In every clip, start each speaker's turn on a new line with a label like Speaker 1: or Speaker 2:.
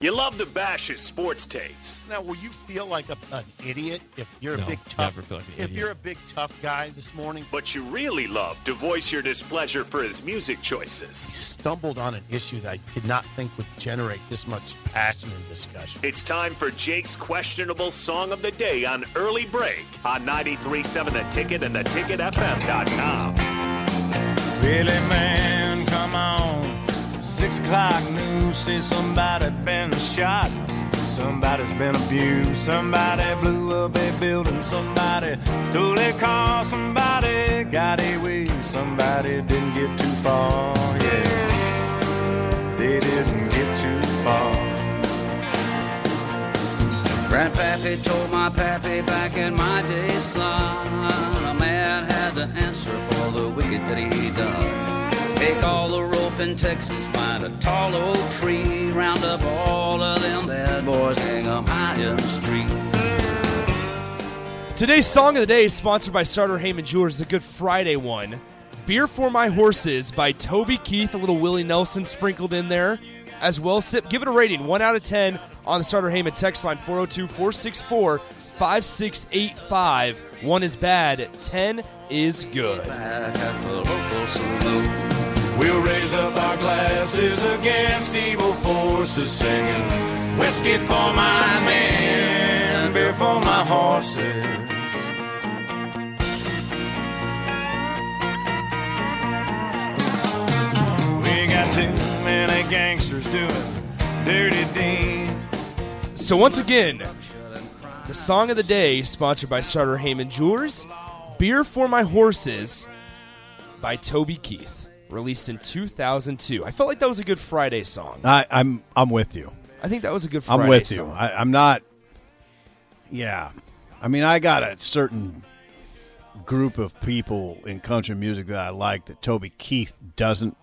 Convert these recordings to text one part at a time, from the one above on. Speaker 1: You love to bash his sports takes.
Speaker 2: Now, will you feel like a, an idiot if you're
Speaker 3: No,
Speaker 2: a big tough?
Speaker 3: never feel like an
Speaker 2: if
Speaker 3: idiot.
Speaker 2: you're a big tough guy this morning,
Speaker 1: But you really love to voice your displeasure for his music choices.
Speaker 2: I stumbled on an issue that I did not think would generate this much passion and discussion.
Speaker 1: It's time for Jake's questionable song of the day on Early Break on 93.7 The Ticket and theticketfm.com.
Speaker 4: Really, man, come on. Six o'clock news says somebody been shot. Somebody's been abused. Somebody blew up a building. Somebody stole a car. Somebody got away. Somebody didn't get too far. Yeah, they didn't get too far.
Speaker 5: Grandpappy told my pappy back in my day, son, a man had to answer for the wicked that he done. Take all the rope in Texas, find a tall oak tree, round up all of them bad boys, hang 'em high in the street.
Speaker 6: Today's song of the day is sponsored by Starter Heyman Jewelers, the Good Friday one. Beer for My Horses by Toby Keith, a little Willie Nelson sprinkled in there as well. Sip, give it a rating, 1 out of 10 on the Starter Heyman text line 402 464 5685. 1 is bad, 10 is good.
Speaker 5: Back at the local saloon.
Speaker 4: We'll raise up our glasses against evil forces, singing whiskey for my men, beer for my horses. We got too many gangsters doing dirty deeds.
Speaker 6: So, once again, the song of the day sponsored by Starter Heyman Jewelers, Beer for My Horses by Toby Keith, released in 2002. I felt like that was a good Friday song.
Speaker 7: I, I'm I'm with you.
Speaker 6: I think that was a good
Speaker 7: I'm
Speaker 6: Friday
Speaker 7: with you.
Speaker 6: song.
Speaker 7: I, I'm not. Yeah, I mean, I got a certain group of people in country music that I like. That Toby Keith doesn't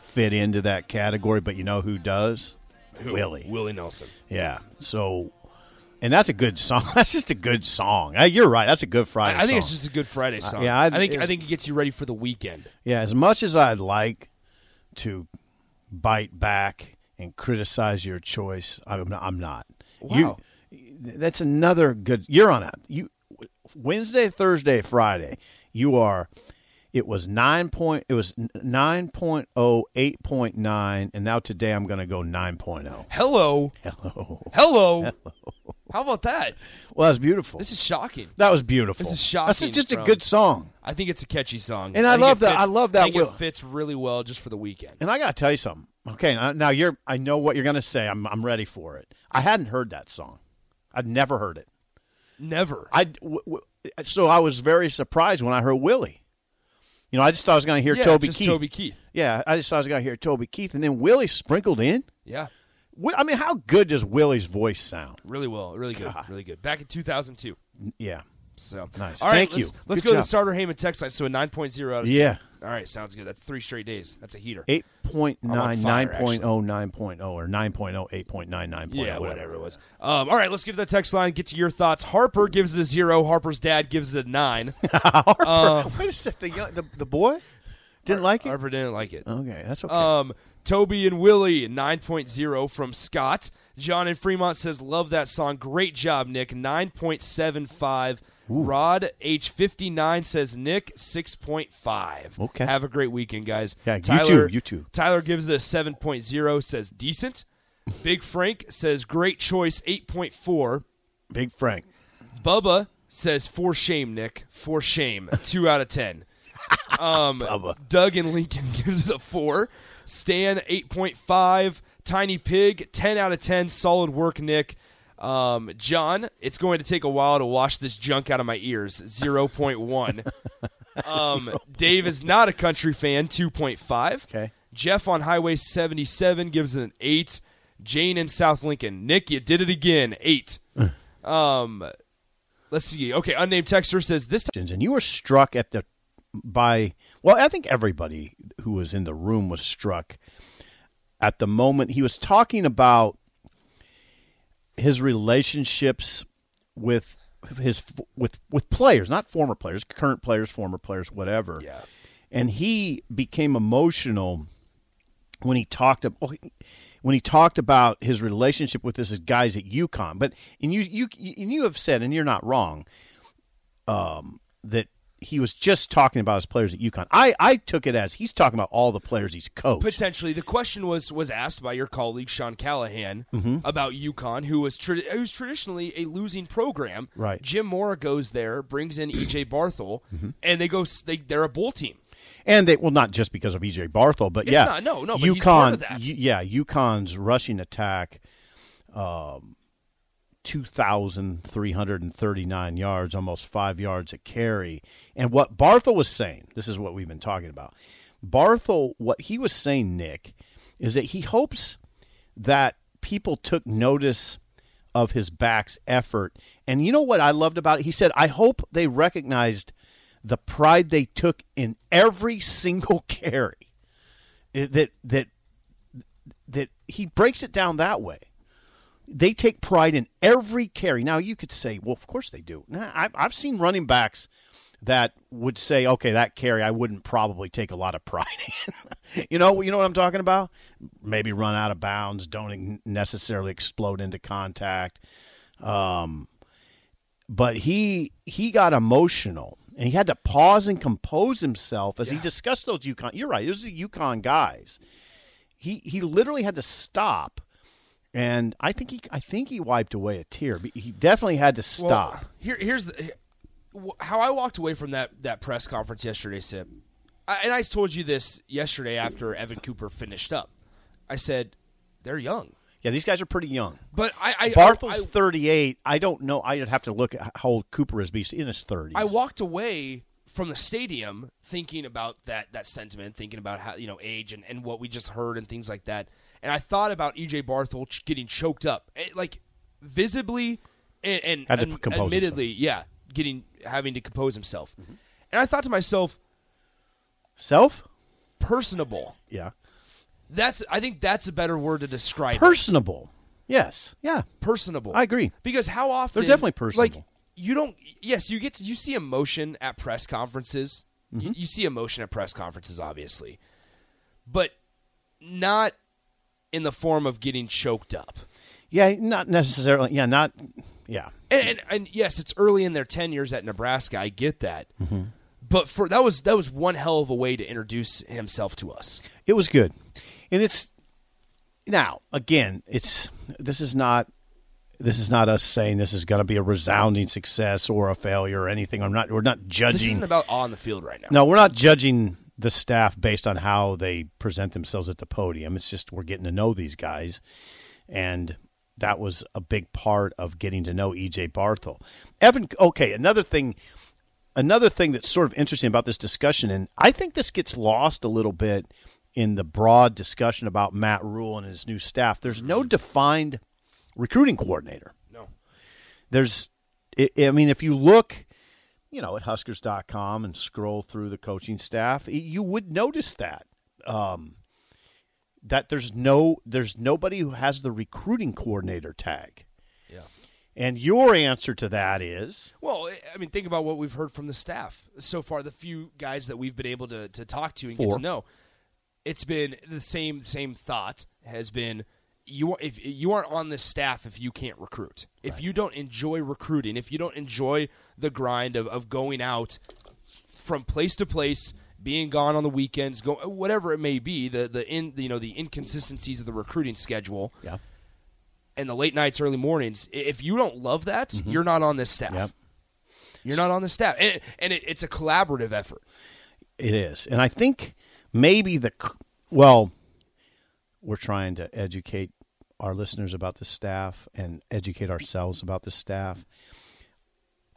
Speaker 7: fit into that category, but you know who does?
Speaker 6: Who?
Speaker 7: Willie.
Speaker 6: Willie Nelson.
Speaker 7: Yeah. So, and that's a good song. That's just a good song. Uh, You're right. That's a good Friday.
Speaker 6: I, I think it's
Speaker 7: song.
Speaker 6: just a good Friday song.
Speaker 7: Uh, yeah,
Speaker 6: I,
Speaker 7: I-
Speaker 6: think I
Speaker 7: it's-
Speaker 6: think it gets you ready for the weekend.
Speaker 7: Yeah, as much as I'd like to bite back and criticize your choice, I'm not. I'm not.
Speaker 6: Wow.
Speaker 7: You, that's another good. You're on a you Wednesday, Thursday, Friday. You are. It was nine point. It was nine point oh, eight point nine, and now today I'm going to go nine point oh.
Speaker 6: Hello. Hello. Hello. How about that?
Speaker 7: Well, that's beautiful.
Speaker 6: This is shocking.
Speaker 7: that was beautiful.
Speaker 6: This is shocking
Speaker 7: That's just
Speaker 6: from-
Speaker 7: a good song.
Speaker 6: I think it's a catchy song.
Speaker 7: And I
Speaker 6: think it
Speaker 7: love that-
Speaker 6: fits-
Speaker 7: I love that
Speaker 6: think
Speaker 7: Will-
Speaker 6: it fits really well just for the weekend.
Speaker 7: And I got to tell you something. Okay, now, now you're. I know what you're going to say. I'm. I'm ready for it. I hadn't heard that song. I'd never heard it.
Speaker 6: Never.
Speaker 7: I. W- w- so I was very surprised when I heard Willie. You know, I just thought I was going to hear
Speaker 6: yeah,
Speaker 7: Toby
Speaker 6: just
Speaker 7: Keith.
Speaker 6: Toby Keith.
Speaker 7: Yeah, I just thought I was going to hear Toby Keith, and then Willie sprinkled in.
Speaker 6: Yeah.
Speaker 7: Wi- I mean, how good does Willie's voice sound?
Speaker 6: Really well, really good, really good. Back in 2002.
Speaker 7: Yeah.
Speaker 6: So
Speaker 7: Nice.
Speaker 6: All right,
Speaker 7: Thank
Speaker 6: let's,
Speaker 7: you.
Speaker 6: Let's
Speaker 7: Good
Speaker 6: go to the
Speaker 7: job.
Speaker 6: starter Heyman text line. So a 9.0 out of
Speaker 7: Yeah.
Speaker 6: 10. All right, sounds good. That's three straight days. That's a heater.
Speaker 7: 8.9,
Speaker 6: on fire,
Speaker 7: 9.0, 9.0, or 9.0, 8.9, 9.0,
Speaker 6: Yeah, whatever it was. Um, all right, let's get to the text line. Get to your thoughts. Harper gives it a zero. Harper's dad gives it a nine.
Speaker 7: Harper, Oh, wait a second. The, young- the, the boy didn't like it? Uh,
Speaker 6: Harper didn't like it.
Speaker 7: okay, that's okay.
Speaker 6: Um, Toby and Willie 9.0 from Scott. John in Fremont says, Love that song. Great job, Nick. 9.75. Rod H59 says, Nick 6.5.
Speaker 7: Okay.
Speaker 6: Have a great weekend, guys.
Speaker 7: Yeah, you
Speaker 6: Tyler,
Speaker 7: too, you too.
Speaker 6: Tyler gives it a 7.0, says, Decent. Big Frank says, Great choice, 8.4.
Speaker 7: Big Frank.
Speaker 6: Bubba says, For shame, Nick. For shame. 2 out of 10.
Speaker 7: Bubba.
Speaker 6: Doug and Lincoln gives it a four. Stan eight point five. Tiny Pig ten out of ten. Solid work, Nick. Um, John, it's going to take a while to wash this junk out of my ears. Zero point one. Um, Dave is not a country fan. Two point five.
Speaker 7: Okay.
Speaker 6: Jeff on Highway seventy seven gives it an eight. Jane in South Lincoln. Nick, you did it again. Eight. um, let's see. Okay, unnamed texter says this. T-
Speaker 7: questions, and you were struck at the by well i think everybody who was in the room was struck at the moment he was talking about his relationships with his with with players not former players current players former players whatever
Speaker 6: Yeah.
Speaker 7: and he became emotional when he talked ab- oh, he- when he talked about his relationship with this guys at UConn but and you you and you have said and you're not wrong um, that he was just talking about his players at UConn. I, I took it as he's talking about all the players he's coached.
Speaker 6: potentially the question was was asked by your colleague Sean Callahan
Speaker 7: Mm-hmm.
Speaker 6: about UConn, who was tra- who's traditionally a losing program.
Speaker 7: Right. Mm-hmm.
Speaker 6: Jim Mora goes there, brings in EJ Barthel, and they go. s- They they're a bowl team.
Speaker 7: and they well not just because of EJ Barthel, but
Speaker 6: It's
Speaker 7: yeah,
Speaker 6: not- no, no, but
Speaker 7: UConn,
Speaker 6: he's part of that.
Speaker 7: U- yeah, UConn's rushing attack, um, two thousand three hundred and thirty nine yards, almost five yards a carry. And what Barthel was saying, this is what we've been talking about. Barthel, what he was saying, Nick, is that he hopes that people took notice of his back's effort. And you know what I loved about it? He said, I hope they recognized the pride they took in every single carry. It- That that that he breaks it down that way. They take pride in every carry. Now you could say, well, of course they do. Nah, I've, I've seen running backs that would say, okay, that carry I wouldn't probably take a lot of pride in. you know, you know what I'm talking about? Maybe run out of bounds, don't necessarily explode into contact Um, but he he got emotional and he had to pause and compose himself as he discussed those Yukon. You're right; those are Yukon guys. He he literally had to stop, and I think he I think he wiped away a tear. But he definitely had to stop.
Speaker 6: Well, here, here's the, here- wh- how I walked away from that that press conference yesterday, Sip. I, and I told you this yesterday after Evan Cooper finished up. I said they're young,
Speaker 7: yeah, these guys are pretty young.
Speaker 6: but I, I
Speaker 7: Barthel's
Speaker 6: I-
Speaker 7: 38. I don't know. I'd have to look at how old Cooper is, but he's in his 30s.
Speaker 6: I walked away from the stadium thinking about that that sentiment, thinking about how you know age and, and what we just heard and things like that. And I thought about EJ Barthol ch- getting choked up, Eh, like visibly and, and,
Speaker 7: Had to
Speaker 6: and
Speaker 7: compose
Speaker 6: admittedly, yeah, getting having to compose himself.
Speaker 7: Mm-hmm.
Speaker 6: And I thought to myself,
Speaker 7: Self?
Speaker 6: personable.
Speaker 7: Yeah.
Speaker 6: That's I think that's a better word to describe it.
Speaker 7: Personable. Yes. Yeah.
Speaker 6: personable.
Speaker 7: I agree.
Speaker 6: Because how often
Speaker 7: They're definitely personable.
Speaker 6: Like you don't. Yes, you get to, you see emotion at press conferences.
Speaker 7: Mm-hmm.
Speaker 6: You, you see emotion at press conferences, obviously, but not in the form of getting choked up.
Speaker 7: Yeah, not necessarily. Yeah, not. Yeah.
Speaker 6: And, and, and yes, it's early in their tenures at Nebraska. I get that.
Speaker 7: Mm-hmm.
Speaker 6: But for that was that was one hell of a way to introduce himself to us.
Speaker 7: It was good, and it's now again. It's this is not this is not us saying this is going to be a resounding success or a failure or anything. I'm not. We're not
Speaker 6: This
Speaker 7: judging.
Speaker 6: isn't about on the field right now.
Speaker 7: no, we're not judging the staff based on how they present themselves at the podium. It's just we're getting to know these guys, and that was a big part of getting to know EJ Barthel. Evan. Okay, another thing another thing that's sort of interesting about this discussion, and I think this gets lost a little bit in the broad discussion about Matt Rule and his new staff. There's no defined recruiting coordinator. No. There's, I I mean, if you look, you know, at Huskers.com and scroll through the coaching staff, y- you would notice that. Um, that there's no there's nobody who has the recruiting coordinator tag.
Speaker 6: Yeah.
Speaker 7: And your answer to that is
Speaker 6: Well, eh, I- I mean, think about what we've heard from the staff so far. The few guys that we've been able to, to talk to and get
Speaker 7: Four.
Speaker 6: to know, it's been the same same thought has been you are- if you aren't on this staff if you can't recruit, if you don't enjoy recruiting, if you don't enjoy the grind of, of going out from place to place, being gone on the weekends, go whatever it may be, the the in you know the inconsistencies of the recruiting schedule
Speaker 7: yeah.
Speaker 6: and the late nights, early mornings. i- If you don't love that, you're not on this staff.
Speaker 7: Mm-hmm. Yep.
Speaker 6: You're not on the staff, and, and it, it's a collaborative effort.
Speaker 7: It is, and I think maybe the c- well, we're trying to educate our listeners about the staff and educate ourselves about the staff.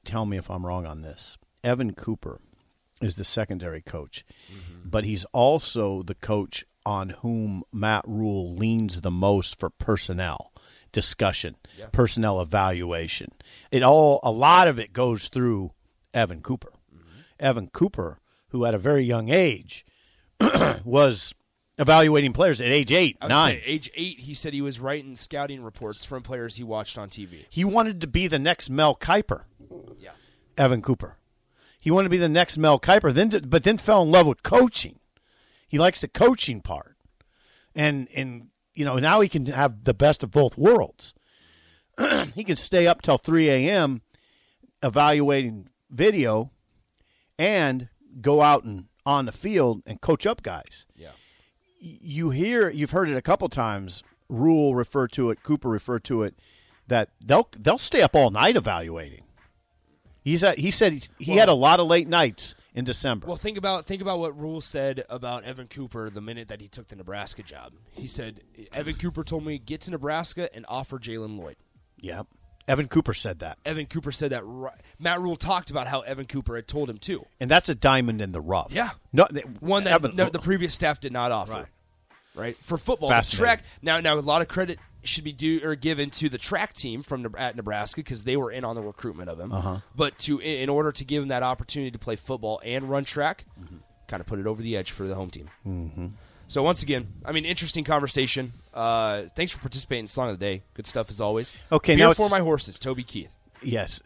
Speaker 7: Tell me if I'm wrong on this. Evan Cooper is the secondary coach, but he's also the coach on whom Matt Rule leans the most for personnel discussion, personnel evaluation. It all a lot of it goes through Evan Cooper. Evan Cooper, who at a very young age was evaluating players at age eight,
Speaker 6: I would
Speaker 7: nine.
Speaker 6: say age eight, he said he was writing scouting reports from players he watched on TV.
Speaker 7: He wanted to be the next Mel Kiper.
Speaker 6: Yeah.
Speaker 7: Evan Cooper. He wanted to be the next Mel Kiper, then but then fell in love with coaching. He likes the coaching part, and and you know now he can have the best of both worlds. he can stay up till three a.m. evaluating video, and go out and on the field and coach up guys.
Speaker 6: Yeah.
Speaker 7: You hear you've heard it a couple times. Rule referred to it. Cooper referred to it. That they'll they'll stay up all night evaluating. He's at, he said he's, he had a lot of late nights in December.
Speaker 6: Well, think about think about what Rule said about Evan Cooper the minute that he took the Nebraska job. He said Evan Cooper told me get to Nebraska and offer Jalen Lloyd.
Speaker 7: yeah, Evan Cooper said that,
Speaker 6: Evan Cooper said that. Right. Matt Rule talked about how Evan Cooper had told him too.
Speaker 7: and that's a diamond in the rough.
Speaker 6: Yeah.
Speaker 7: no, th-
Speaker 6: One that
Speaker 7: Evan-
Speaker 6: no, the previous staff did not offer. Right. For football, the
Speaker 7: Fascinating.
Speaker 6: track now now a lot of credit should be due or given to the track team from Neb- at Nebraska because they were in on the recruitment of him. Uh-huh. But to in in order to give him that opportunity to play football and run track,
Speaker 7: Mm-hmm.
Speaker 6: kind of put it over the edge for the home team. Mm-hmm. So once again, I mean, interesting conversation. Uh, thanks for participating in Song of the Day. Good stuff as always.
Speaker 7: Okay,
Speaker 6: Beer
Speaker 7: now
Speaker 6: for
Speaker 7: it's-
Speaker 6: my horses, Toby Keith.
Speaker 7: yes,